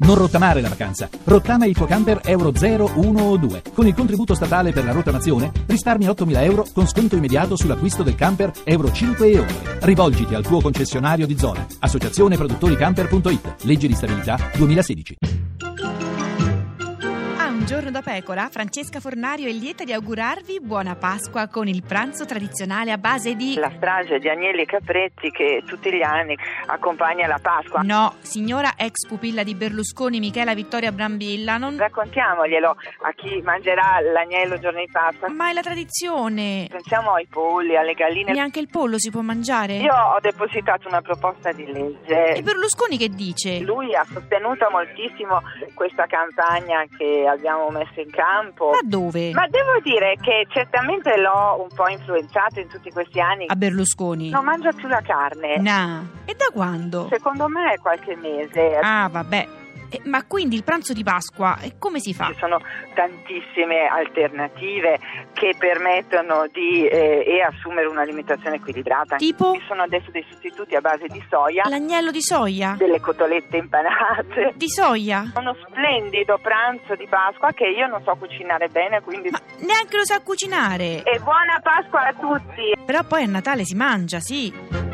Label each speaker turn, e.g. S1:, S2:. S1: Non rottamare la vacanza. Rottama il tuo camper Euro 0, 1 o 2. Con il contributo statale per la rottamazione risparmi 8.000 euro con sconto immediato sull'acquisto del camper Euro 5 e 1. Rivolgiti al tuo concessionario di zona. Associazione Produttori Camper.it. Legge di stabilità 2016.
S2: A Ah, un giorno da pecora, Francesca Fornario è lieta di augurarvi buona Pasqua con il pranzo tradizionale a base di...
S3: la strage di agnelli e capretti che tutti gli anni accompagna la Pasqua.
S2: No, signora ex pupilla di Berlusconi Michela Vittoria Brambilla, non...
S3: Raccontiamoglielo a chi mangerà l'agnello giorno di Pasqua.
S2: Ma è la tradizione!
S3: Pensiamo ai polli, alle galline.
S2: Neanche il pollo si può mangiare?
S3: Io ho depositato una proposta di
S2: E
S3: legge.
S2: Berlusconi che dice?
S3: Lui ha sostenuto moltissimo questa campagna che abbiamo messo in campo.
S2: Ma dove?
S3: Ma devo dire che certamente l'ho un po' influenzato in tutti questi anni.
S2: A Berlusconi?
S3: Non mangia più la carne.
S2: Nah. E da quando?
S3: Secondo me è qualche mese.
S2: Ah, vabbè. Eh, ma quindi il pranzo di Pasqua, eh, come si fa?
S3: Ci sono tantissime alternative che permettono di eh, e assumere un'alimentazione equilibrata.
S2: Tipo
S3: Ci sono adesso dei sostituti a base di soia,
S2: l'agnello di soia?
S3: delle cotolette impanate.
S2: Di soia?
S3: Uno splendido pranzo di Pasqua che io non so cucinare bene, quindi...
S2: Ma
S3: Eh,
S2: neanche lo sa cucinare.
S3: E buona Pasqua a tutti!
S2: Però poi a Natale si mangia, sì.